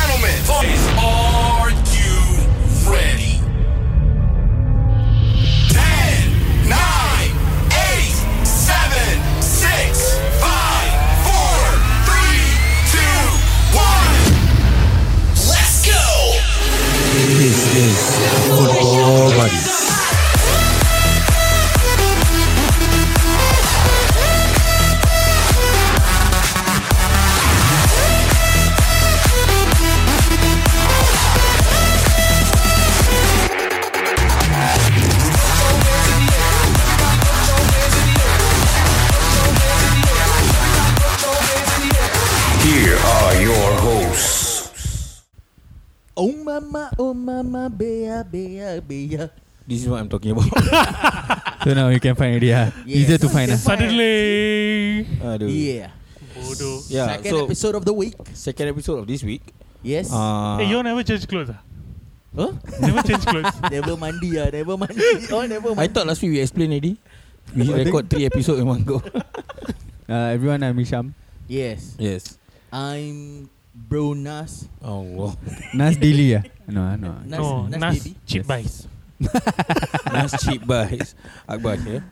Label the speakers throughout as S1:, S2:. S1: is Are You Ready? 10, 9, 8, 7, 6, 5, 4, 3, 2, 1. Let's go!
S2: This is Football Buddies.
S3: Here are your hosts.
S4: Oh mama, oh mama, bea, bea, bea.
S5: This is what I'm talking about.
S6: So now you can find it yeah.
S4: Yes.
S6: Easier to find eh? us.
S7: Suddenly.
S5: Aduh.
S4: Yeah.
S7: Bodoh.
S5: Yeah.
S4: Second
S5: so
S4: episode Ah. of the week.
S5: second episode of this week.
S4: Yes.
S6: Ah.
S5: Uh,
S7: Hey, Eh, you all never change clothes. ah?
S4: huh?
S7: Never change clothes.
S4: never mandi ah, never mandi. Oh, never
S5: I
S4: mandi.
S5: thought last week we explained already. We record three episodes in one go.
S6: Uh, everyone, I'm Isham.
S4: Yes.
S5: yes.
S4: I'm Bro Nas.
S5: Oh wow.
S6: Nas Daily ah. No, ah, no.
S4: Nas,
S7: No,
S4: Nas,
S7: Nas
S4: baby.
S7: cheap buys.
S5: Nas cheap buys. Akbar here.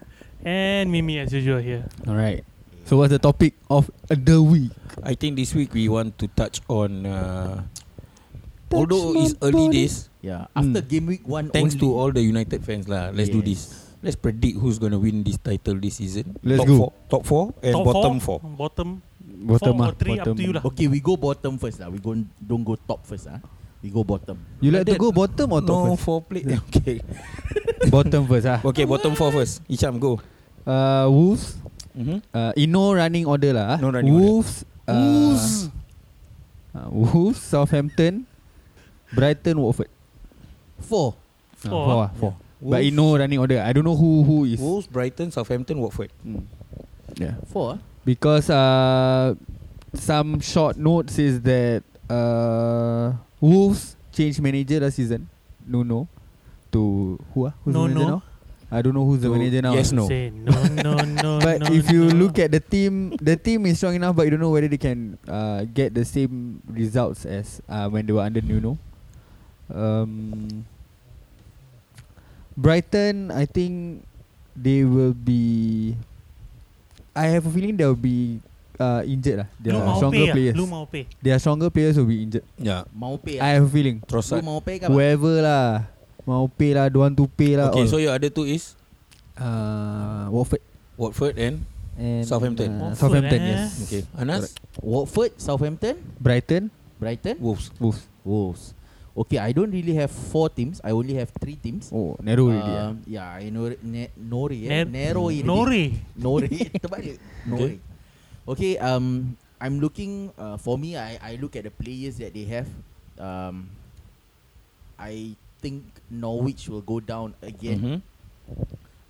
S7: And Mimi as usual here.
S6: All right. So what's the topic of the week?
S5: I think this week we want to touch on. Uh, although it's early days,
S4: Yeah. Uh, After
S6: Hmm.
S4: game week one.
S5: thanks
S4: only.
S5: to all the United fans lah. Let's do
S4: Yes.
S5: this. Let's predict who's gonna win this title this season.
S6: Let's
S5: top
S6: go.
S5: Four, top four and
S7: Top
S5: bottom four.
S7: Bottom.
S6: Bottom ah,
S7: Four or three, up
S6: bottom.
S7: to you lah.
S4: Okay, we go bottom first lah. We go don't go top first ah. We go bottom.
S6: You like to
S5: Like
S6: go bottom or top
S5: no
S6: first?
S5: four play. Okay.
S6: bottom first ah.
S5: Okay, bottom four first. Icham go.
S6: Uh, Wolves.
S5: Mm-hmm.
S6: Uh, in no running order lah. ah.
S5: No running order.
S6: Wolves. Order. Uh, Wolves. Uh, Wolves. Southampton. Brighton. Watford.
S4: Four.
S6: Uh,
S7: Four.
S6: four. ah, four. But in no running order. I don't know who who is.
S5: Wolves, Brighton, Southampton, Watford.
S6: Mm. Yeah.
S4: Four. ah?
S6: Because uh, some short note says that uh, Wolves changed manager last season. No, no. To who? ah? Who's
S7: No,
S6: the manager
S7: no.
S6: now? I don't know who's the
S5: To
S6: manager now.
S5: yes,
S6: ah.
S5: No.
S7: Say no, no, no.
S6: But
S7: no,
S6: if you
S7: no.
S6: look at the team, the team is strong enough, but you don't know whether they can uh, get the same results as uh, when they were under Nuno. Um, Brighton, I think they will be. I have a feeling they will be uh, injured lah. They
S7: Lu
S6: are
S7: mau
S6: stronger
S7: pay, ah,
S6: players.
S7: Lu mau pay.
S6: Their stronger players will be injured.
S5: Yeah.
S4: Mau pay
S6: I
S4: ah.
S6: have a feeling.
S4: Lu
S5: Trossard.
S4: mau pay kan?
S6: Whoever lah, mau pay lah, don't want to pay lah.
S5: Okay,
S6: all.
S5: so your other two is
S6: uh, Watford
S5: Watford and
S6: and
S5: Southampton.
S6: Uh,
S7: Watford,
S6: Southampton,
S7: eh.
S6: yes.
S5: okay. Anas,
S4: Watford, Southampton,
S6: Brighton,
S4: Brighton,
S5: Wolves.
S6: Wolves.
S4: Wolves. Okay, I don't really have four teams. I only have three teams.
S6: Oh, narrow already. ah.
S4: Um, yeah, I know ne- Nori. Eh?
S7: Ner-
S4: Narrow it.
S7: Nori.
S4: Nori. Tepat je. Nori. Okay. Um, I'm looking. Uh, for me, I I look at the players that they have. Um, I think Norwich will go down
S5: Mhm.
S4: again.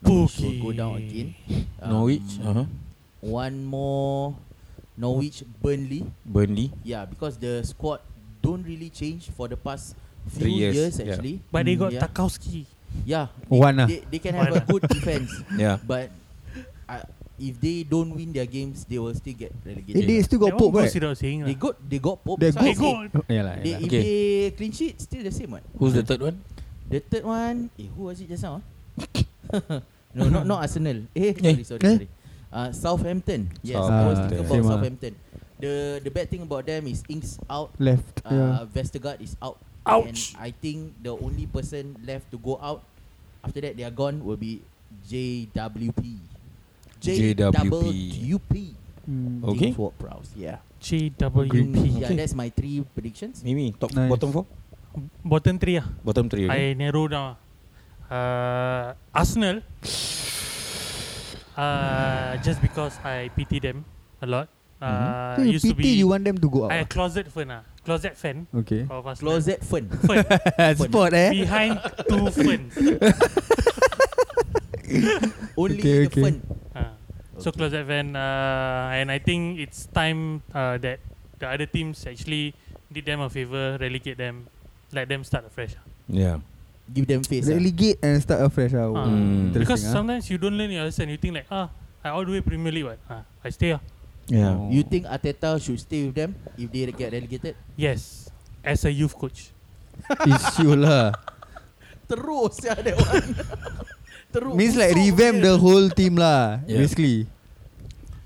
S4: Norwich will
S7: Okay.
S4: go down again. Um,
S5: Norwich. Uh-huh.
S4: One more. Norwich, Burnley.
S5: Burnley.
S4: Yeah, because the squad don't really change for the past few
S5: Three years,
S4: years,
S5: yeah.
S4: actually.
S7: But they got
S4: Mm, yeah.
S7: Tarkowski.
S4: Yeah, they,
S6: One ah.
S4: they,
S5: uh.
S4: they can have a
S7: One ah.
S4: good defense,
S5: Yeah.
S4: but uh, if they don't win their games, they will still get
S6: Eh,
S4: relegated.
S6: they still got
S7: That
S6: Pope right?
S7: one goes without saying ah.
S4: they
S7: lah.
S4: got they got Pope.
S6: They
S4: so I
S7: They
S4: say
S6: got-
S7: go.
S6: Yeah lah.
S4: They,
S6: yeah lah.
S4: if
S5: Okay.
S4: they clean sheet, still the same one.
S5: Who's the third one?
S4: The third one, eh, who was it just now? ah? no, not not Arsenal. Eh, sorry, sorry,
S6: Eh.
S4: sorry. Uh, Southampton. Yes, I was
S6: Southampton.
S4: thinking
S6: Same
S4: about
S6: ah.
S4: Southampton. The the bad thing about them is Inks out.
S6: Left.
S4: Uh, Vestergaard is out.
S7: Ouch.
S4: And I think the only person left to go out after that they are gone will be JWP. JWP.
S6: yeah.
S5: Okay.
S4: James Ward-Prowse. Yeah.
S7: JWP.
S4: Yeah, that's my three predictions.
S5: Mimi, top
S6: Nice.
S5: bottom four?
S7: Bottom three ah.
S5: Bottom three. Okay?
S7: I narrow down. Uh, Arsenal. Uh, just because I pity them a lot. Uh,
S6: so you
S7: used to
S6: pity
S7: be
S6: you want them to go out. ah?
S7: I a closet fan ah. Closet fan
S6: okay.
S7: of Arsenal.
S4: Closet Fern.
S7: Fan.
S6: Spot eh.
S7: Behind two fans.
S4: Only
S6: Okay,
S4: the
S6: okay.
S4: Fern.
S7: Ah. So closet fan uh, and I think it's time uh, that the other teams actually did them a favor, relegate them, let them start afresh. ah.
S5: Yeah.
S4: Give them face. ah.
S6: Relegate and start afresh. Ah.
S7: Ah.
S5: Mm.
S6: Interesting,
S7: Because
S6: ah.
S7: sometimes you don't learn your lesson. You think like ah, I all the way Premier League, what? Ah, I stay ah.
S5: Yeah.
S6: Oh.
S4: You think Ateta should stay with them if they get relegated?
S7: Yes. as a youth coach.
S6: Issue lah
S4: Terus ya that one. Terus.
S6: Means like
S4: busuk
S6: revamp
S4: dia.
S6: the whole team lah
S5: Yeah.
S6: Basically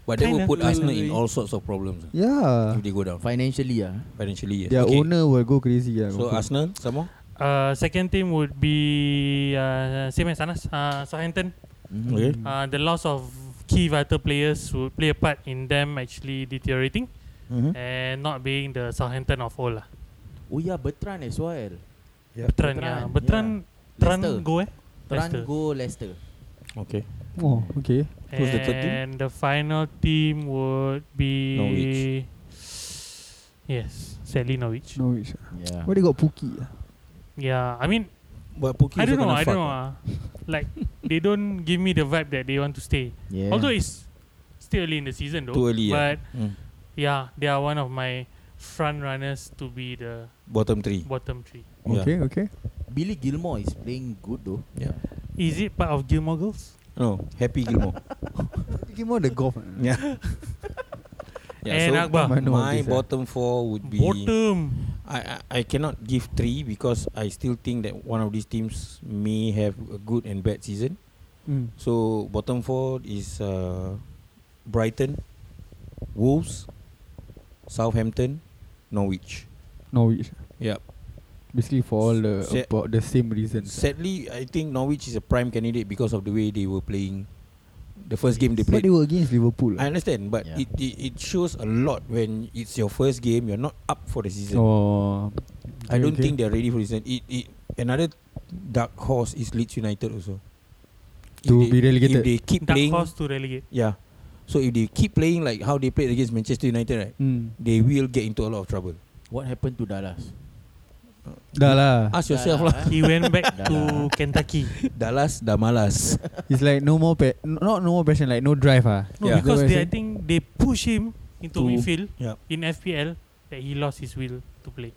S5: But that will
S7: Kinda.
S5: put Arsenal in all sorts of problems. eh?
S6: Yeah
S5: If they go down
S4: financially ah.
S5: financially. Yeah.
S6: Their owner will go crazy lah
S5: So
S6: confirm.
S5: Arsenal some more?
S7: Uh, second team would be uh, same as Anas, uh, Southampton.
S5: Mm-hmm. Okay.
S7: Uh, the loss of key vital players would play a part in them actually deteriorating
S5: Mhm.
S7: and not being the Southampton of all lah.
S4: Oh yeah, Bertrand as well.
S7: Bertrand,
S4: Bertrand,
S7: yeah. Bertrand, Tran
S4: Leicester.
S7: go eh?
S4: Bertrand
S7: Leicester.
S4: go Leicester.
S5: Okay.
S6: Oh okay
S5: Who's the third team?
S7: And the final team would be
S5: Norwich.
S7: Yes, sadly Norwich.
S6: Norwich
S4: Yeah.
S6: Why they got Pookie ah?
S7: Yeah, I mean
S5: But Pookie
S7: I
S5: also
S7: don't
S5: kena
S7: know, I
S5: fuck
S7: don't know. ah. like they don't give me the vibe that they want to stay.
S4: Yeah.
S7: Although it's still early in the season though.
S5: Too early, yeah.
S7: But
S5: Mm.
S7: yeah, they are one of my front runners to be the
S5: Bottom three.
S7: bottom three.
S5: Yeah.
S6: Okay okay
S4: Billy Gilmore is playing good though.
S5: Yeah.
S7: Is it part of Gilmore Girls?
S5: No, Happy Gilmore.
S6: Give more the golf eh?
S5: yeah.
S7: And Akbar.
S5: my,
S6: Mana all this, eh?
S5: bottom four would be
S7: Bottom.
S5: I, I I cannot give three because I still think that one of these teams may have a good and bad season.
S6: mm.
S5: So bottom four is uh, Brighton, Wolves, Southampton, Norwich.
S6: Norwich
S5: Yep.
S6: Basically for all the
S5: Sad-
S6: about the same reasons
S5: Sadly, I think Norwich is a prime candidate because of the way they were playing the first game they
S6: But
S5: played.
S6: they were against Liverpool
S5: I understand, but
S4: Yeah.
S5: it, it it shows a lot when it's your first game. You're not up for the season.
S6: Oh
S5: I
S6: okay,
S5: don't
S6: okay.
S5: think they're ready for this. And It, it another dark horse is Leeds United also. If
S6: To
S5: they-
S6: be
S5: If
S6: relegated.
S5: they keep
S7: Dark
S5: playing,
S7: horse to relegate.
S5: yeah. So if they keep playing like how they played against Manchester United, right?
S6: mm.
S5: They will get into a lot of trouble.
S4: What happened to Dallas?
S6: Dah lah
S5: Ask yourself lah.
S7: He went back
S4: Dah
S7: to Kentucky.
S5: Dallas dah malas.
S6: It's like no more pa- n- Not no more passion Like no drive ah.
S7: No,
S5: Yeah.
S7: because they,
S6: Is that
S7: I think they push him into
S5: To-
S7: midfield
S5: yeah.
S7: in FPL that he lost his will to play.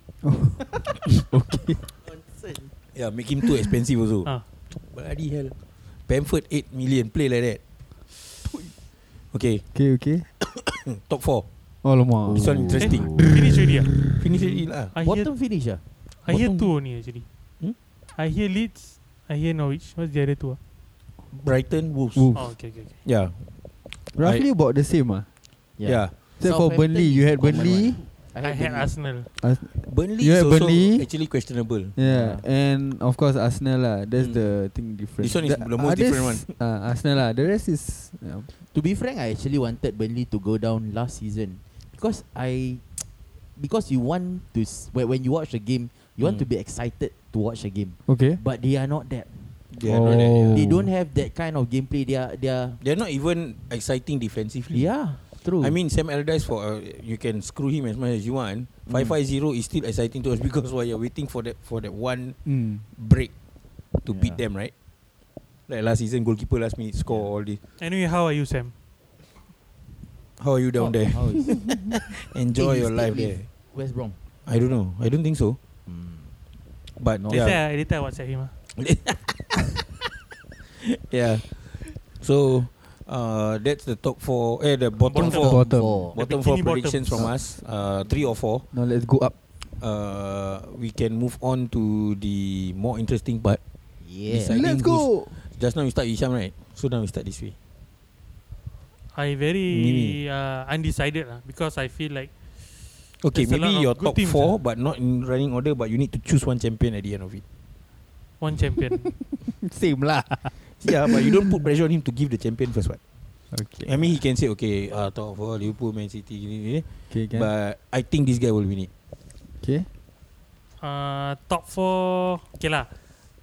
S6: Okay
S5: yeah, make him too expensive also.
S7: Ah.
S5: Bloody hell. Bamford 8 million play like that. Okay,
S6: Okay okay
S5: top 4.
S6: Oh lama
S5: This one interesting.
S7: Finish already. ah?
S5: Finish it lah.
S7: I hear,
S4: Bottom finish ah.
S7: I hear
S5: bottom-
S7: two only actually.
S5: Hmm?
S7: I hear Leeds. I hear Norwich. What's the other two? ah?
S5: Brighton Wolves.
S6: Wolves.
S7: Oh, okay, okay, okay.
S5: Yeah.
S6: Roughly about the same ah.
S5: Yeah.
S6: Except for
S4: Southampton
S6: Burnley You
S4: is
S6: had
S4: common
S6: Burnley
S4: one.
S7: I had Arsenal.
S5: Burnley
S6: You
S5: is
S6: have
S5: also
S6: Burnley.
S5: actually questionable.
S6: Yeah, and of course Arsenal lah. That's
S5: Mm.
S6: the thing different.
S5: This one is
S6: The
S5: the most different
S6: others, Uh, Arsenal lah. The rest is yeah.
S4: To be frank, I actually wanted Burnley to go down last season because I because you want to s- when, when you watch a game, you want
S5: Mm.
S4: to be excited to watch a game.
S6: okay.
S4: But they are not that.
S5: They are not that, yeah.
S4: They
S6: Oh.
S4: don't have that kind of gameplay. They are they are
S5: They're not even exciting defensively.
S4: yeah, true.
S5: I mean Sam Allardyce for uh, you can screw him as much as you want. Five five zero is still exciting to us because why you're waiting for that for that one
S6: Mm.
S5: break to beat
S4: Yeah.
S5: them, right? Like last season, goalkeeper last minute score all this.
S7: Anyway, how are you, Sam?
S5: How are you down there?
S4: How is it?
S5: Enjoy
S4: Eh, you
S5: your
S4: still
S5: life
S4: live?
S5: there.
S4: West Brom.
S5: I don't know. I don't think so.
S7: Hmm.
S5: But
S4: No.
S5: yeah,
S7: Later, I- later I WhatsApp him. ah.
S5: yeah. So uh, that's the top four. Eh, the bottom,
S7: Bottom.
S5: four. Bottom,
S6: Bottom.
S5: four
S4: Four.
S7: bikini bottom.
S5: predictions from us. Uh, three or four.
S6: Now let's go up.
S5: Uh, we can move on to the more interesting part.
S4: Yeah.
S5: Decide.
S6: let's
S5: think
S6: go.
S5: Just now we start Isham, right? So now we start this way.
S7: I
S5: Maybe.
S7: very uh, undecided lah because I feel like
S5: Okay,
S7: There's a lot
S5: maybe
S7: of
S5: your
S7: good
S5: top
S7: teams,
S5: four,
S7: ah.
S5: but not in running order. But you need to choose one champion at the end of it.
S7: one champion.
S6: Same lah.
S5: yeah, ah, but you don't put pressure on him to give the champion first. What
S6: Okay.
S5: I mean, he can say, okay, uh, top four, Liverpool, Man City, gini, gini,
S6: Okay. Can.
S5: but I think this guy will win it.
S6: okay.
S7: uh, top four, okay lah.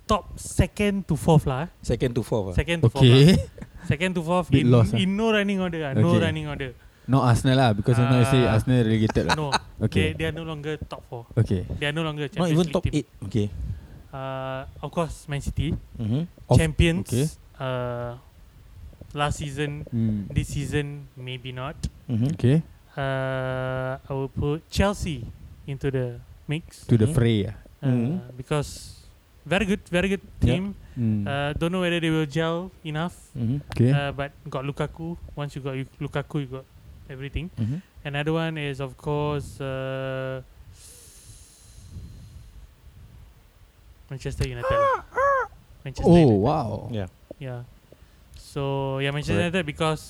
S7: Top second to fourth lah. eh.
S5: Second to fourth. ah.
S7: Second to fourth. Lah.
S6: Okay.
S7: Second to fourth
S6: Bit
S7: in,
S6: lost, ah.
S7: in no running order. ah, No
S6: Okay.
S7: running order.
S6: Not Arsenal lah because just now you say
S7: Ah.
S6: Arsenal relegated lah.
S7: No.
S6: Okay.
S7: They, they are no longer top four.
S6: Okay.
S7: They are no longer
S5: Not
S7: Champions
S5: even
S7: League
S5: top
S7: team.
S5: eight. Okay.
S7: Uh, of course, Man City.
S5: Mm-hmm.
S6: Of-
S7: champions.
S6: okay.
S7: Uh, last season,
S6: Mm.
S7: this season, maybe not.
S5: Mm-hmm.
S6: Okay.
S7: Uh, I will put Chelsea into the mix
S6: To the
S5: Mhm.
S6: fray. ah.
S7: uh,
S5: Mhm.
S7: because very good, very good
S5: Yeah.
S7: team.
S6: Mm.
S7: Uh, don't know whether they will gel enough.
S5: Mm-hmm.
S6: okay.
S7: Uh, but got Lukaku. Once you got Lu- Lukaku, you got everything.
S5: Mm-hmm.
S7: Another one is of course uh, Manchester United. lah. Manchester
S6: Oh
S7: United.
S6: wow.
S5: Yeah.
S7: Yeah. So yeah, Manchester
S5: Correct.
S7: United because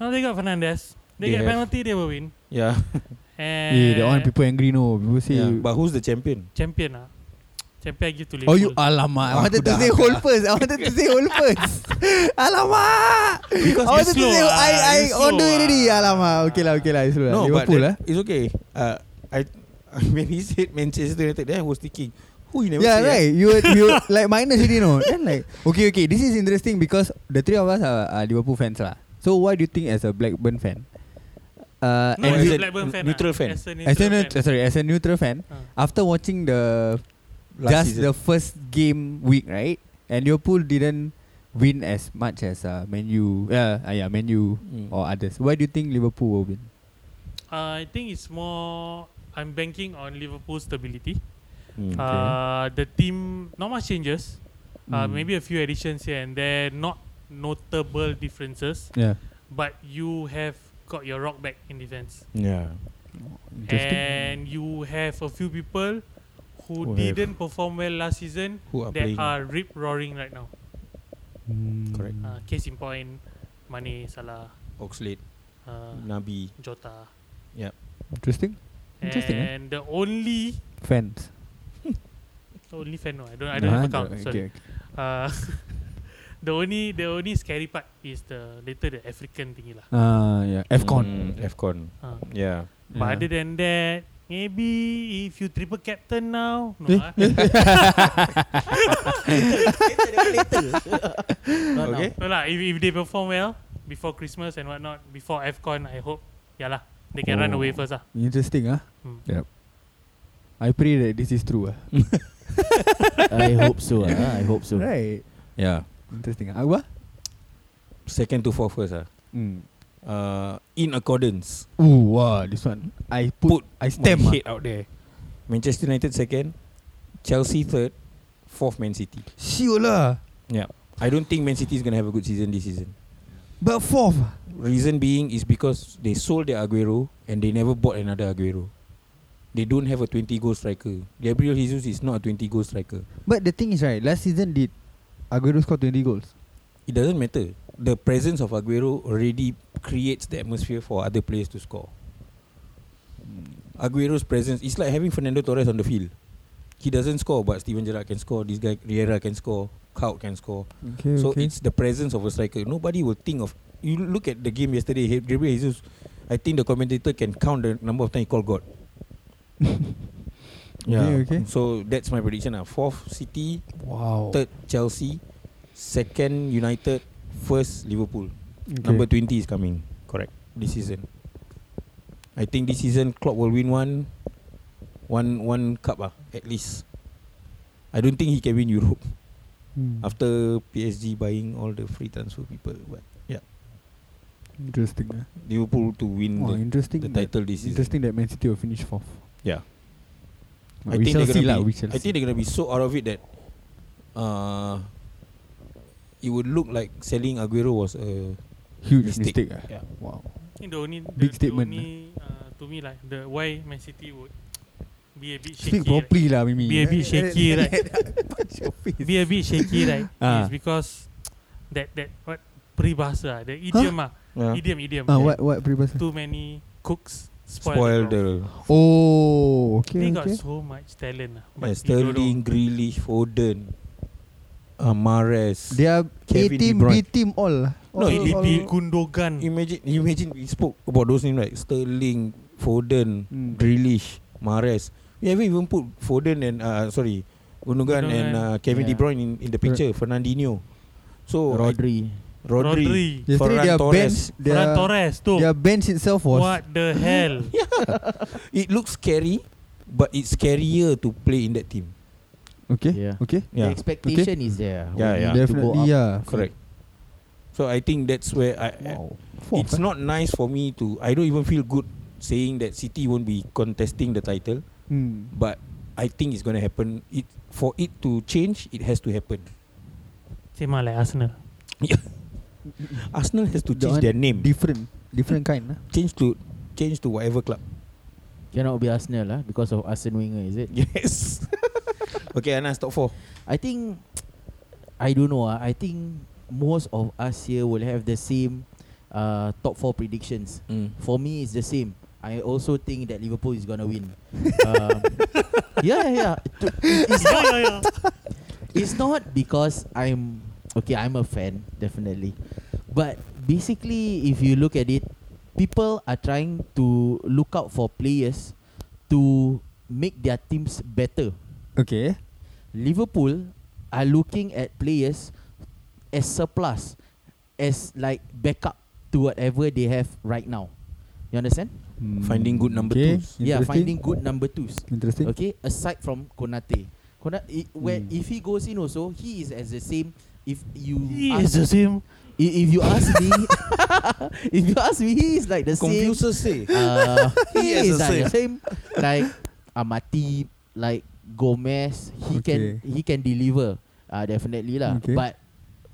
S7: now they got Fernandes. They,
S5: They
S7: get
S5: have-
S7: penalty, they will win.
S5: Yeah.
S7: And
S6: Yeah, Eh, that one people angry no. People say
S5: yeah. But who's the champion?
S7: champion lah. Champion I give to
S6: Oh
S7: Liverpool.
S6: you Alamak I
S5: Aku
S6: wanted to
S5: dah-
S6: say hold first I wanted to say hold first Alamak
S5: Because
S6: I
S7: you
S6: wanted to
S7: slow
S6: say
S7: ah,
S6: I, I
S7: you
S6: on the
S7: slow
S6: way already
S7: ah.
S6: Alamak Okay lah okay lah It's slow lah
S5: no, but
S6: Liverpool lah
S5: that, it's okay. Uh, I when he said Manchester United, then I was thinking, who you never say,
S6: Yeah
S5: eh?
S6: right You were- you were like minus already no Then like Okay okay This is interesting because The three of us are, are Liverpool fans lah So what do you think as a Blackburn fan uh,
S5: and
S7: no,
S5: we-
S7: as a Blackburn fan.
S5: neutral
S7: lah.
S5: fan.
S7: As a
S6: As
S7: neutral
S6: a
S7: fan.
S6: neut- sorry, as a neutral fan,
S7: Ah.
S6: after watching the
S5: Last
S6: just
S5: season.
S6: the first game week, right? And Liverpool didn't win as much as uh, Man U, uh, uh, yeah, Man U
S5: Mm.
S6: or others. Why do you think Liverpool will win?
S7: Uh, I think it's more. I'm banking on Liverpool stability.
S5: Mm.
S7: Uh, the team not much changes. Uh,
S6: Mm.
S7: Maybe a few additions here and there. Not notable differences,
S6: Yeah,
S7: but you have got your rock back in defense.
S5: yeah.
S7: and you have a few people who,
S5: Who have-
S7: didn't perform well last season
S5: Who are
S7: that
S5: playing?
S7: are rip roaring right now.
S6: Hmm.
S5: Correct.
S7: Uh, case in point, Mane, Salah,
S5: Oxlade,
S7: uh,
S5: Nabi.
S7: Jota.
S6: Interesting. Interesting, eh?
S7: And the only
S6: Fans.
S7: only fan no, I don't I don't have
S6: Ah,
S7: a count.
S6: okay,
S7: Sorry.
S6: okay.
S7: Uh, the only the only scary part is the later the African thingy lah.
S6: Ah, yeah. Fcon.
S5: Mm, Fcon.
S7: Uh,
S5: Yeah.
S6: Yeah.
S7: But other than that, maybe if you triple captain now,
S6: Eh,
S7: no. ah.
S4: Not now.
S5: Okay.
S7: No lah, if, if they perform well before Christmas and whatnot, before AFCON, I hope, yeah lah, they can
S6: Oh.
S7: run away first lah.
S6: Interesting, ah.
S7: Mm.
S6: Yep. I pray that this is true, ah.
S4: I hope so. ah, I hope
S5: Hmm.
S4: so.
S6: Right.
S5: Yeah.
S6: Interesting. Ah, Agwa?
S5: Second to fourth first. Ah.
S6: Mm.
S5: Uh, in accordance.
S6: Ooh, wow, this one. I
S5: Put
S6: put, I stamp.
S5: my
S6: ah.
S5: head out there. Manchester United second, Chelsea third, fourth Man City.
S6: Sure lah.
S5: Yeah. I don't think Man City is gonna have a good season this season.
S6: But fourth. ah.
S5: Reason being is because they sold their Aguero and they never bought another Aguero. They don't have a 20 goal striker. Gabriel Jesus is not a 20 goal striker.
S6: But the thing is right, last season did Aguero score 20 goals?
S5: It doesn't matter. The presence of Aguero already creates the atmosphere for other players to score. Hmm. Aguero's presence is like having Fernando Torres on the field. He doesn't score, but Steven Gerrard can score. This guy Riera can score. Kaut can score.
S6: Okay,
S5: so it's the presence of a striker. Nobody will think of. You look at the game yesterday. He- Gabriel Jesus. I think the commentator can count the number of times he called God.
S6: Okay, okay.
S5: So that's my prediction. Ah, fourth City,
S6: wow.
S5: third Chelsea, second United, first Liverpool. Number 20 is coming. Correct. This season. I think this season Klopp will win one one one cup ah, at least. I don't think he can win Europe
S6: Hmm.
S5: after PSG buying all the free transfer people. But
S6: interesting. ah.
S5: Liverpool to win
S6: Wow,
S5: the,
S6: interesting.
S5: the
S6: that-
S5: title this season.
S6: Interesting that Man City will finish fourth.
S5: Yeah.
S6: But we shall
S5: they're
S6: see
S5: gonna
S6: lah.
S5: be-
S6: We shall
S5: I think
S6: see.
S5: they're gonna be so out of it that uh, it would look like selling Aguero was uh, a
S6: Huge
S5: mistake.
S6: mistake. ah.
S5: Yeah.
S6: Wow.
S7: I think the only, the,
S6: Big statement,
S7: the only uh, to me like the why Man City would be a bit
S6: Speak
S7: shaky.
S6: properly lah,
S7: Right?
S6: Mimi.
S7: Be a bit shaky, right?
S6: Punch your face.
S7: Be a bit shaky, right?
S6: Ah.
S7: It's because that that what peribahasa, ah, the idiom ah,
S5: yeah.
S7: idiom idiom.
S6: Ah,
S7: that
S6: what what peribahasa?
S7: Too many cooks spoil,
S5: spoiled
S7: the. broth.
S5: the
S6: Oh,
S7: they
S6: okay,
S7: got
S6: okay.
S7: so much talent, ah,
S5: yeah,
S7: but you don't know.
S5: Sterling, Grealish, Foden, uh, Amares.
S6: They are A
S5: Kevin De
S6: team,
S5: Bruyne.
S6: B team, all. lah.
S5: No,
S6: All-
S5: it-
S6: all-
S7: KDB, Gundogan.
S5: imagine, imagine we spoke about those names like Sterling, Foden,
S6: Mm.
S5: Grealish, Mares. We haven't even put Foden and uh, sorry, Gundogan and uh, Kevin De
S4: Yeah.
S5: Bruyne in, in the picture. Fernandinho.
S4: Oh,
S5: So I-
S4: Rodri.
S5: Rodri.
S7: Rodri.
S6: Yesterday
S5: Ferran
S6: their bench,
S5: Torres.
S7: Ferran
S6: their
S7: Torres tu.
S6: their bench itself was
S7: What the hell?
S5: It looks scary, but it's scarier to play in that team.
S6: okay,
S4: Yeah.
S6: okay.
S4: The
S5: Yeah,
S4: expectation is there.
S5: Yeah,
S4: We
S5: yeah.
S4: need to go
S6: Definitely,
S4: up.
S6: yeah.
S5: correct. So I think that's where I.
S6: Wow. Fourth,
S5: It's
S6: eh?
S5: not nice for me to. I don't even feel good saying that City won't be contesting the title,
S6: Mm.
S5: but I think it's going to happen. It for it to change, it has to happen.
S7: Same lah like Arsenal.
S5: Arsenal has to
S6: The
S5: change
S6: one
S5: their name.
S6: Different, different kind. lah.
S5: change to change to whatever club.
S4: ah, Cannot be Arsenal lah because of Arsene Wenger, is it?
S5: Yes. Okay, Anas, top four.
S4: I think I don't know. ah. I think most of us here will have the same uh, top four predictions.
S5: Mm.
S4: For me, it's the same. I also think that Liverpool is gonna win. um, yeah, yeah, yeah. To- It's
S7: yeah,
S4: not,
S7: yeah, yeah.
S4: it's not because I'm okay. I'm a fan, definitely. But basically, if you look at it, people are trying to look out for players to make their teams better.
S6: Okay.
S4: Liverpool are looking at players as surplus, as like backup to whatever they have right now. You understand?
S6: Hmm.
S5: Finding good number twos.
S4: Yeah, finding good number twos.
S6: Interesting.
S4: Okay, aside from Konate, Konate i- where
S6: Hmm.
S4: if he goes in also, he is as the same. If you
S7: He
S4: ask,
S7: is the same.
S4: i- if you ask me, if you ask me, he is like the same.
S5: Confucius say.
S4: Uh,
S5: He
S4: he
S5: has
S4: is
S5: the
S4: like the same. Like Amati, like Gomez, he
S6: Okay.
S4: can he can deliver. Uh, definitely lah.
S6: Okay.
S4: But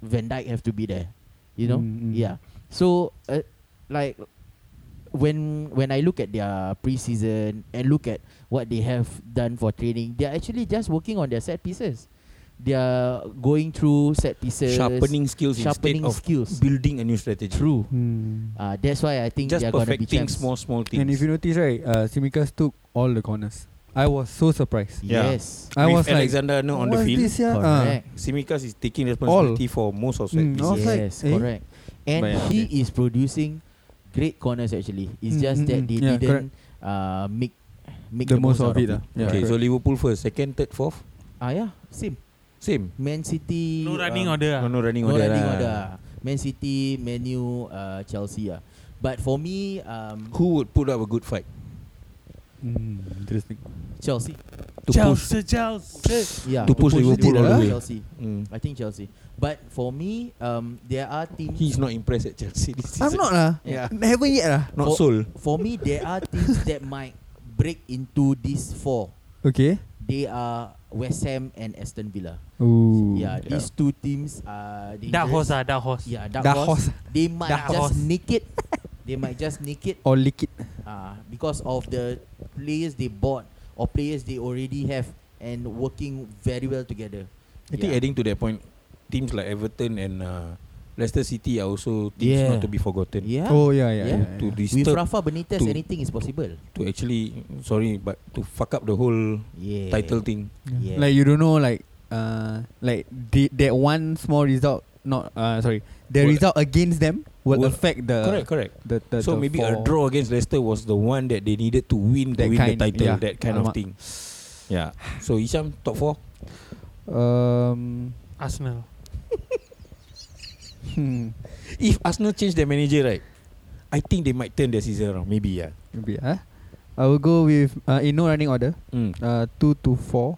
S4: Van Dijk have to be there. You know?
S6: Mm, mm.
S4: Yeah. So uh, like when when I look at their preseason and look at what they have done for training, they're actually just working on their set pieces. They're going through set pieces,
S5: Sharpening skills
S4: sharpening
S5: instead
S4: skills.
S5: of building a new strategy.
S4: True.
S6: Hmm.
S4: Uh, that's why I think
S5: Just
S4: they're gonna be
S5: perfecting
S4: champs.
S5: small, small things.
S6: And if you notice, right, uh, Simicas took all the corners. I was so surprised.
S5: Yeah.
S4: Yes.
S6: I
S5: With
S6: was
S5: Alexander
S6: like,
S5: not on the
S6: "What's
S5: field,
S6: This, yeah? Uh,
S4: Correct.
S5: Simicas is taking responsibility for most of set
S6: Mm,
S5: pieces.
S6: I was like,
S4: yes,
S6: eh?
S4: correct. And
S5: But yeah,
S4: he is producing great corners actually. It's
S6: Mm,
S4: just
S6: mm,
S4: that
S6: mm.
S4: they
S6: Yeah,
S4: didn't uh, make make
S6: The most of it, ah. Yeah,
S5: okay,
S6: correct.
S5: so Liverpool first, second, third, fourth,
S4: Ah yeah, same.
S5: same.
S4: Man City.
S7: No running
S4: um,
S7: order.
S5: No,
S7: ah.
S5: no running
S4: no
S5: order.
S4: running
S5: lah.
S4: order. ah. Man City, Menu, uh, Chelsea. ah. But for me, um,
S5: Who would put up a good fight
S6: Hmm, interesting.
S4: Chelsea.
S5: to push?
S7: Chelsea, Chelsea.
S4: Yeah,
S5: To push Liverpool all the way.
S4: Chelsea.
S5: Mm.
S4: I think Chelsea. But for me, um, there are teams.
S5: He's not impressed at Chelsea this season.
S6: I'm not lah.
S4: Yeah.
S6: Haven't yet lah.
S5: Not
S4: For-
S5: sold.
S4: For me, there are teams that might break into these four.
S6: Okay.
S4: They are West Ham and Aston Villa.
S6: Ooh.
S4: Yeah, these two teams are dangerous.
S7: Dark horse, ah, dark horse.
S4: Yeah, dark,
S6: Dark
S4: horse.
S6: horse. Oh.
S4: They might
S7: Dark
S4: just
S7: horse.
S4: nick it. they might just nick it
S6: Or lick it.
S4: uh, because of the players they bought or players they already have and working very well together.
S5: I think
S4: Yeah.
S5: adding to that point, teams like Everton and uh, Leicester City are also teams
S4: Yeah.
S5: not to be forgotten.
S4: Yeah.
S6: Oh yeah, yeah.
S4: Yeah.
S6: yeah.
S5: To
S6: yeah,
S4: With
S5: disturb,
S4: Rafa Benitez,
S5: to-
S4: anything is possible.
S5: to actually, sorry, but to fuck up the whole
S4: Yeah.
S5: title thing.
S4: Yeah.
S6: Like you don't know, like uh, like the, that one small result, not uh, sorry, the
S5: Will-
S6: result against them will,
S5: will-
S6: affect the
S5: correct, correct.
S6: The, the
S5: so
S6: the
S5: maybe a
S6: four.
S5: draw against Leicester was the one that they needed to win to
S6: That
S5: win
S6: kind,
S5: the title,
S6: yeah.
S5: that kind of
S6: Alamak.
S5: thing. Yeah. So Isham top four.
S6: Um,
S7: Arsenal.
S6: hmm,
S5: If Arsenal change their manager, right, I think they might turn their season around. Maybe yeah.
S6: maybe huh? I will go with uh, in no running order.
S5: Mm.
S6: Uh, two to four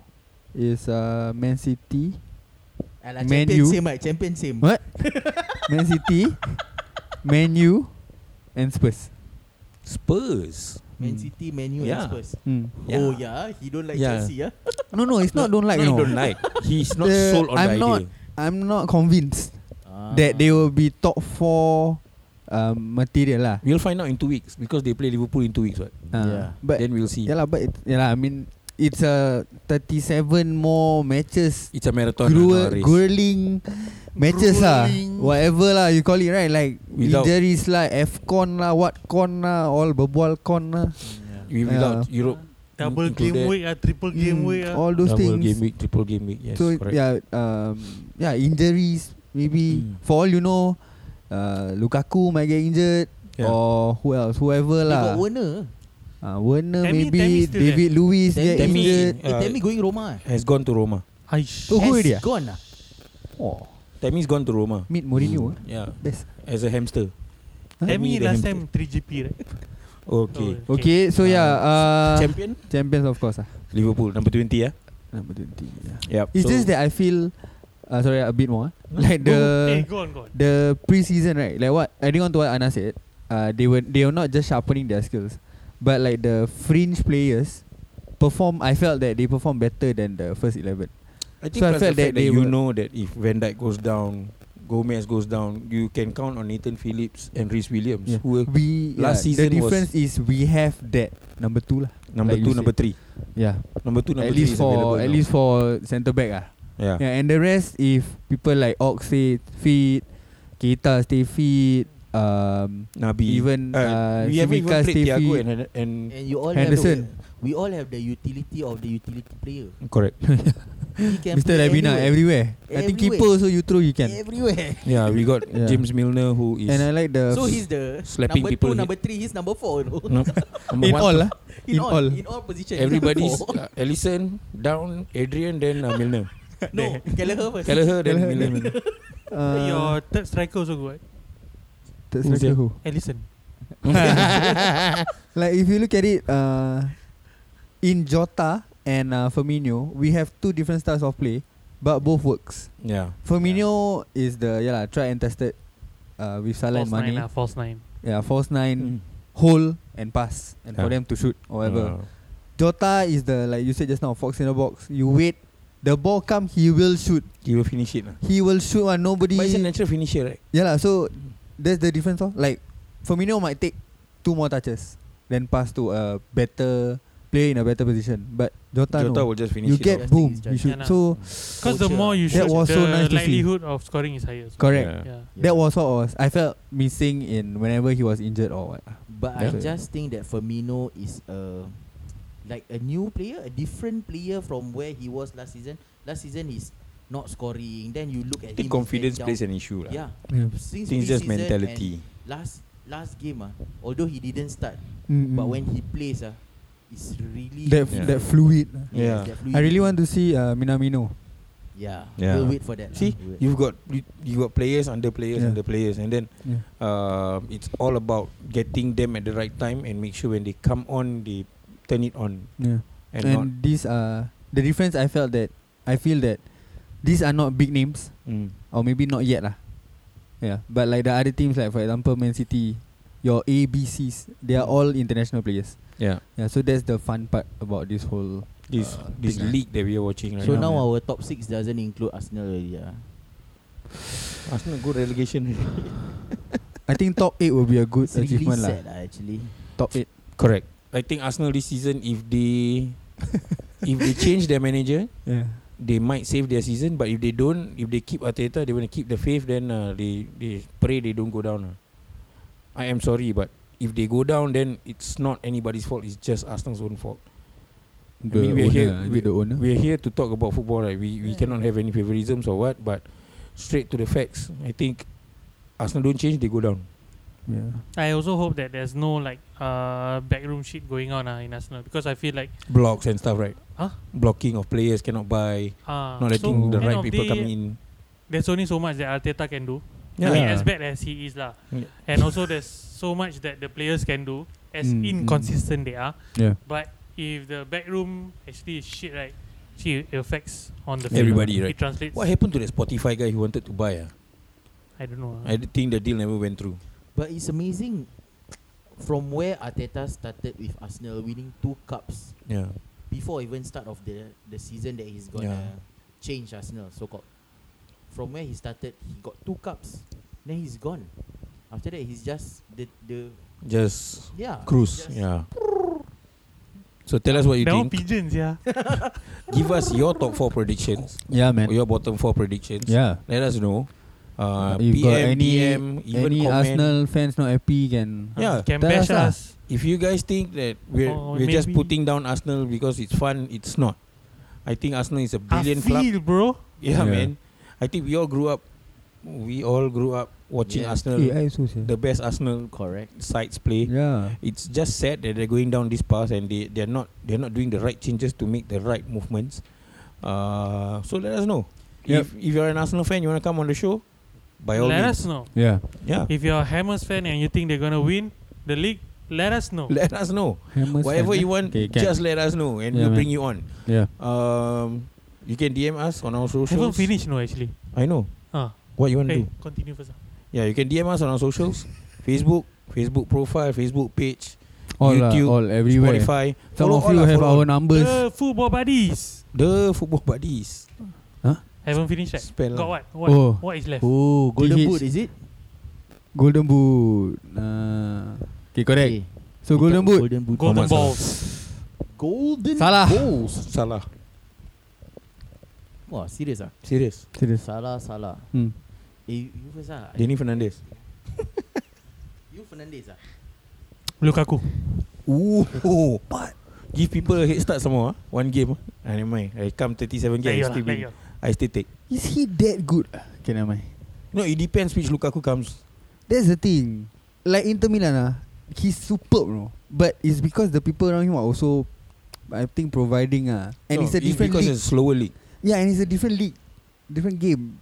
S6: is uh Man City,
S4: Alah,
S6: Man
S4: champion
S6: U.
S4: same, right? Champion same.
S6: What? Man City, Man U, and Spurs.
S5: Spurs.
S4: Man
S6: Hmm.
S4: City, Man U,
S5: Yeah.
S4: and Spurs.
S6: Hmm.
S4: Oh
S5: Yeah.
S4: yeah, he don't like
S5: Yeah.
S4: Chelsea. Yeah.
S6: No, no, it's not. Don't like.
S5: no,
S6: no.
S5: he don't like. He's not
S6: The-
S5: sold on
S6: I'm
S5: the
S6: not-
S5: idea.
S6: I'm not convinced that
S4: Ah.
S6: they will be top four um, material lah.
S5: We'll find out in two weeks because they play Liverpool in two weeks, right?
S6: Uh,
S4: Yeah.
S6: But
S5: Then we'll see.
S6: yeah lah, but it, yeah lah. I mean, it's a 37 more matches,
S5: It's a marathon,
S6: gruel,
S5: not a race.
S6: grueling matches lah, whatever lah you call it right, like
S5: Without-
S6: injuries lah, Fcon lah, what con lah, all berbual con lah,
S5: We- Without Europe
S7: Double
S5: Include
S7: game
S5: that.
S7: week, ah, triple game
S6: Mm,
S7: week. ah.
S6: all those
S5: double
S6: things.
S5: game week, triple game week. Yes,
S6: so
S5: correct.
S6: yeah, um, yeah, injuries maybe
S5: Mm.
S6: for all you know, uh, Lukaku might get injured.
S5: Yeah.
S6: Or who else? Whoever
S4: They
S6: lah.
S4: got Werner.
S6: Ah, Werner
S7: Tammy-
S6: maybe
S7: Tammy's still
S6: David Luiz
S4: Tammy-
S6: get
S5: Tammy-
S6: injured.
S4: Eh,
S5: Uh,
S4: Tammy going Roma. eh.
S5: has gone to Roma.
S7: Aish.
S6: Oh, who
S4: Has
S6: already ah?
S4: Gone ah.
S6: Oh,
S5: Tammy's gone to Roma.
S6: meet Mourinho. Mm.
S5: Yeah,
S6: Best.
S5: as a hamster.
S7: Tammy
S5: the
S7: last
S5: hamster.
S7: time 3GP right?
S5: Okay.
S7: Oh,
S6: Okay, so yeah, uh,
S5: Champion
S6: champions of course ah.
S5: Liverpool number 20 yeah.
S6: Number 20. Yeah.
S5: Yep.
S6: It's just that I feel uh, sorry a bit more. ah. Like
S7: Hey,
S6: the
S7: Eh, go on, go on.
S6: the pre-season right? Like what adding on to what Anna said, uh, they were they were not just sharpening their skills, but like the fringe players perform. I felt that they perform better than the first eleven.
S5: I think
S6: so I
S5: plus
S6: felt
S5: the fact that
S6: that they
S5: you
S6: were-
S5: know that if Van Dijk goes down, Gomez goes down, you can count on Nathan Phillips and Reece Williams
S6: Yeah.
S5: who were
S6: We
S5: Last
S6: yeah,
S5: season
S6: the
S5: was-
S6: difference is we have that number two lah.
S5: number
S6: Like
S5: 2
S6: you
S5: number 3.
S6: Yeah.
S5: Number two, number
S6: at
S5: three is
S6: least
S5: available
S6: for at
S5: now.
S6: least for centre back ah.
S5: yeah.
S6: Yeah, and the rest if people like Ox stay fit, Keita stay fit, um,
S5: Nabi.
S6: even, uh,
S5: we haven't even
S6: Simicast,
S5: played Thiago
S6: Tefi.
S5: and, and,
S4: And you all
S6: Henderson.
S4: have the, we all have the utility of the utility player.
S5: and correct.
S4: He can play
S6: Mr. Rabina everywhere. I think
S4: Everywhere.
S6: keeper also you throw you can.
S4: everywhere.
S5: yeah, we got
S6: Yeah.
S5: James Milner who is
S6: and I like the
S4: So he's the
S5: Slapping
S4: number
S5: people
S4: two,
S5: hit.
S4: number three, he's number four. You
S5: no,
S4: know?
S5: number
S6: in
S5: one.
S6: all lah.
S4: in,
S6: in
S4: all,
S6: all.
S4: in all positions. he's number
S5: Everybody's
S4: four.
S5: uh, Ellison down, Adrian then uh, Milner.
S4: no Kelleher first.
S5: Kelleher then
S6: Kelleher,
S5: Milner.
S6: then
S5: Milner.
S7: Uh, Your third striker also good. right?
S6: Third
S5: Who's
S6: striker
S5: that?
S6: who?
S7: Alisson.
S6: like if you look at it, uh, in Jota and uh, Firmino, we have two different styles of play, but both works.
S5: yeah.
S6: Firmino is the yeah lah, try and tested uh, with Salah
S7: False
S6: and
S7: nine.
S6: Mane.
S7: lah, false nine.
S6: Yeah, false nine,
S4: Hmm.
S5: Mm.
S6: hold and pass, and for
S5: Yeah.
S6: them to shoot or whatever.
S5: Uh,
S6: Jota is the like you said just now, fox in the box. You wait, the ball come, he will shoot.
S5: he will finish it. lah.
S6: He will shoot and nobody.
S5: But he's a natural finisher, right?
S6: Yeah lah, so that's the difference lor. Like Firmino might take two more touches, then pass to a better player in a better position. But Jota,
S5: Jota
S6: no.
S5: will just finish it.
S6: you get
S5: out.
S4: Just
S6: boom,
S4: think it's
S6: you
S4: just-
S6: shoot.
S7: Yeah lah.
S6: so
S7: Because the
S4: Culture.
S7: more you
S6: That
S7: shoot,
S6: was
S7: the
S6: so nice to see.
S7: likelihood of scoring is higher. as well.
S6: correct.
S5: Yeah.
S7: Yeah.
S6: That was what was I felt missing in whenever he was injured or what.
S4: But I
S6: Yeah.
S4: just think that Firmino is a like a new player, a different player from where he was last season. Last season he's not scoring. Then you look
S5: I
S4: at him.
S5: think confidence
S4: he's
S5: plays
S4: head
S5: an issue.
S4: down.
S5: lah.
S4: Yeah,
S6: Yeah.
S5: I
S4: since
S5: think it's just
S4: pre-season
S5: mentality.
S4: and Last last game ah, although he didn't start,
S6: Mm,
S4: but
S6: mm.
S4: when he plays ah, it's really
S6: that
S5: Yeah.
S6: that fluid. lah.
S4: Yes,
S5: Yeah.
S4: that
S6: I really
S4: fluidity.
S6: want to see uh, Minamino.
S4: Yeah.
S5: Yeah.
S4: We'll wait for that. lah.
S5: See,
S4: We'll wait.
S5: you've got you, you got players under players
S6: Yeah.
S5: under players, and then
S6: Yeah.
S5: uh, it's all about getting them at the right time and make sure when they come on, they turn it on
S6: Yeah.
S5: and,
S6: and these are the difference I felt that I feel that these are not big names
S5: not. Mm.
S6: or maybe not yet lah. Yeah, but like the other teams, like for example Man City, your ABCs, they are all international players.
S5: Yeah,
S6: Yeah, so that's the fun part about this whole.
S5: this
S6: Uh,
S5: this
S6: big
S5: league that we are watching right
S4: So
S5: now.
S4: now
S6: yeah.
S4: our top six doesn't include Arsenal already. ah.
S5: Arsenal good relegation.
S6: I think top eight will be a good
S4: It's really
S6: achievement lah.
S4: sad lah actually.
S6: Top eight.
S5: Correct. I think Arsenal this season, if they if they change their manager,
S6: Yeah.
S5: they might save their season. But if they don't, if they keep Arteta, they want to keep the faith. Then uh, they they pray they don't go down. ah. I am sorry, but if they go down, then it's not anybody's fault. It's just Arsenal's own fault.
S6: The
S5: mean, we're
S6: owner,
S5: here-
S6: is it the owner.
S5: We are here to talk about football, right? We we cannot have any favoritisms or what. But straight to the facts, I think Arsenal don't change, they go down.
S6: yeah.
S7: I also hope that there's no like uh, backroom shit going on uh, in Arsenal because I feel like
S5: Blocks and stuff, right?
S7: Huh?
S5: Blocking of players cannot buy.
S7: uh,
S5: Not
S7: so
S5: letting the
S7: end
S5: right
S7: of
S5: people
S7: day,
S5: come in.
S7: There's only so much that Arteta can do.
S5: Yeah.
S7: I mean, as bad as he is lah,
S5: Yeah.
S7: and also there's so much that the players can do. As
S6: Mm, mm.
S7: inconsistent they are,
S6: Yeah.
S7: but if the backroom actually is shit right, she affects on the
S5: Everybody,
S7: field.
S5: right.
S7: It translates.
S5: What happened to that Spotify guy who wanted to buy? ah?
S7: I don't know. uh.
S5: I d- think the deal never went through.
S4: But it's amazing from where Arteta started with Arsenal winning two cups
S5: Yeah.
S4: before even start of the the season that he's gonna
S5: Yeah.
S4: change Arsenal so called. From where he started, he got two cups. Then he's gone. After that, he's just the the
S5: Just
S4: yeah
S5: cruise.
S4: just-
S5: Yeah. So tell us what you
S7: That one
S5: think.
S7: pigeons, yeah.
S5: Give us your top four predictions.
S6: Yeah, man.
S5: Or your bottom four predictions.
S6: Yeah.
S5: Let us know. Uh,
S6: If
S5: PM,
S6: got any-
S5: DM, even
S6: Any
S5: comment.
S6: Arsenal fans not happy can.
S5: Yeah.
S7: can
S6: Tell us
S7: bash
S6: lah.
S7: us.
S5: If you guys think that we're
S7: Or
S5: we're just
S7: maybe-
S5: putting down Arsenal because it's fun, it's not. I think Arsenal is a
S7: I
S5: ah. brilliant club.
S7: feel, bro.
S5: Yeah,
S6: Yeah.
S5: man. I think we all grew up. We all grew up watching
S4: Yeah.
S5: Arsenal,
S6: AI so sia.
S5: the best Arsenal
S4: correct.
S5: sides play.
S6: Yeah.
S5: It's just sad that they're going down this path and they they're not they're not doing the right changes to make the right movements. Uh, so let us know
S6: Yep.
S5: if if you're an Arsenal fan, you want to come on the show. By all
S7: Let
S5: means,
S7: us know.
S6: Yeah.
S5: yeah.
S7: If you're a Hammers fan and you think they're gonna win the league, let us know.
S5: Let us know
S6: Hammers
S5: whatever
S6: fan,
S5: you
S6: eh?
S5: want.
S6: Okay, can.
S5: just let us know, and
S6: Yeah,
S5: we'll
S6: man.
S5: bring you on.
S6: yeah.
S5: Um, you can DM us on our socials.
S7: Haven't finished, no, actually.
S5: I know
S7: Ah,
S5: what you want to
S7: hey,
S5: do.
S7: continue first. ah.
S5: Yeah, you can DM us on our socials, Facebook, Facebook profile, Facebook page,
S6: All
S5: YouTube,
S6: YouTube, all everywhere.
S5: Spotify.
S6: Some
S5: Follow
S6: of
S5: all
S6: you
S5: lah,
S6: have
S5: follow
S6: our
S5: all.
S6: numbers.
S7: The football buddies.
S5: the football buddies.
S7: Haven't finished, right?
S5: Spell.
S7: Got what? What,
S6: Oh.
S7: what is left?
S4: Oh, Golden
S6: TH.
S4: Boot is it?
S6: Golden Boot. Uh, okay, correct.
S4: Okay.
S6: So
S4: I
S6: Golden
S4: thought
S6: Boot.
S4: Golden Boot.
S7: Golden
S5: How much,
S7: balls.
S4: golden
S6: Salah.
S4: goals.
S5: Salah.
S4: Wah, serious ah.
S5: Serious.
S6: Serious.
S4: Salah, Salah.
S6: Hmm.
S4: Eh, you first ah.
S5: Danny Fernandez.
S4: You Fernandes ah.
S7: Lukaku.
S5: Ooh, oh, but give people a head start some more. ah. One game. ah. Ah, never mind. I come 37 games.
S7: Let you
S5: I
S7: lah,
S5: still
S7: let
S5: win.
S7: you.
S5: I still take.
S6: Is he that good? Okay, never mind.
S5: No, it depends which Lukaku comes.
S6: That's the thing. Like Inter Milan ah, he's superb, no. But it's because the people around him are also, I think, providing ah.
S5: no,
S6: And it's a different
S5: because
S6: league.
S5: it's a slower league.
S6: yeah, and it's a different league, different game.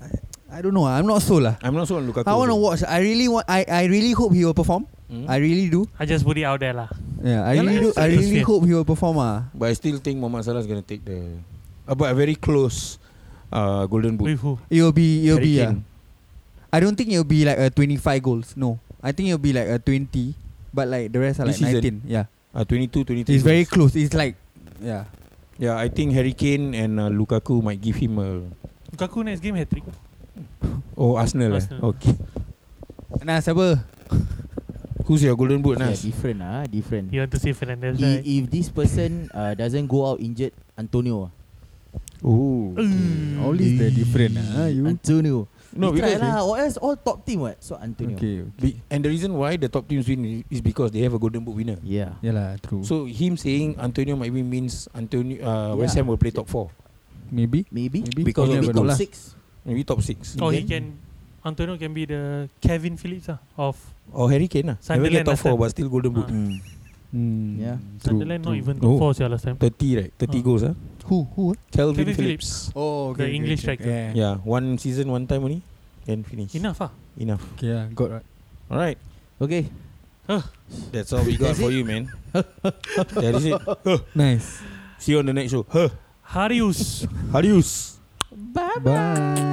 S6: I, I don't know. ah. I'm not so lah.
S5: I'm not so on Lukaku.
S6: I want to
S5: also.
S6: watch. I really want. I, I really hope he will perform.
S5: Hmm?
S6: I really do.
S7: I just put it out there lah.
S6: Yeah, I
S5: Yeah,
S6: really
S5: lah,
S6: do.
S5: it's
S6: I
S5: okay.
S6: really hope he will perform ah.
S5: But I still think Mohamed Salah is going to take the. Uh, but a very close uh, Golden Boot.
S7: With who?
S6: It will be. It will
S5: Harry
S6: be. ah.
S5: Kane.
S6: I don't think it'll be like a 25 goals. No, I think it'll be like a 20, but like the rest are like
S5: This season?
S6: 19. Yeah,
S5: Uh, 22, 23.
S6: it's very
S5: goals.
S6: close. It's like, yeah,
S5: Yeah, I think Harry Kane and uh, Lukaku might give him a.
S7: Lukaku next game hat-trick.
S5: Oh, Arsenal. Arsenal. Eh?
S7: Arsenal.
S5: Okay.
S6: nah, siapa?
S5: Who's your Golden Boot,
S4: Yeah,
S5: Nas?
S4: different ah, different.
S7: You want to see Fernandes,
S4: I-
S7: right?
S4: If this person uh, doesn't go out injured, Antonio. ah.
S6: Oh,
S5: Ooh.
S6: Always the different. Ah, you.
S4: Antonio.
S5: No,
S4: We
S5: because
S4: try lah. Or else all top team what. So Antonio.
S6: Okay.
S5: Be- and the reason why the top teams win i- is because they have a Golden Boot
S7: Mm.
S5: winner.
S4: Yeah.
S6: Yeah lah, true. So
S5: So him saying Antonio might win means Antonio uh, West
S4: Yeah.
S5: Ham will play top four,
S6: maybe.
S4: Maybe.
S6: Maybe.
S5: Because
S4: Or
S5: of
S4: maybe
S5: the
S4: top
S6: goal lah.
S4: six.
S5: maybe top six.
S7: Or Oh, he
S4: Then-
S7: can Antonio can be the Kevin Phillips ah, of
S5: Or Harry Kane lah. Never
S7: Sunderland
S5: get top
S7: last
S5: four
S7: time.
S5: but still Golden Boot. Hmm,
S7: Ah.
S4: Mm.
S6: Mm,
S4: Yeah.
S6: True.
S7: Sunderland not
S6: true.
S7: even
S5: Oh.
S7: top four sia last time.
S5: Thirty right, thirty
S7: Ah.
S5: goals ah.
S6: Who? Who?
S5: Calvin,
S7: Calvin
S5: Phillips.
S6: Oh,
S7: okay, The okay, English okay, okay. striker.
S6: Yeah.
S5: Yeah, one season, one time only, then finish.
S7: Enough ah.
S5: Enough.
S6: Okay, yeah, got right.
S5: All right.
S4: Okay.
S5: That's all we got for you, man. that is it.
S6: Nice.
S5: See you on the next show. Huh.
S7: Harius.
S5: Adios.
S6: Bye.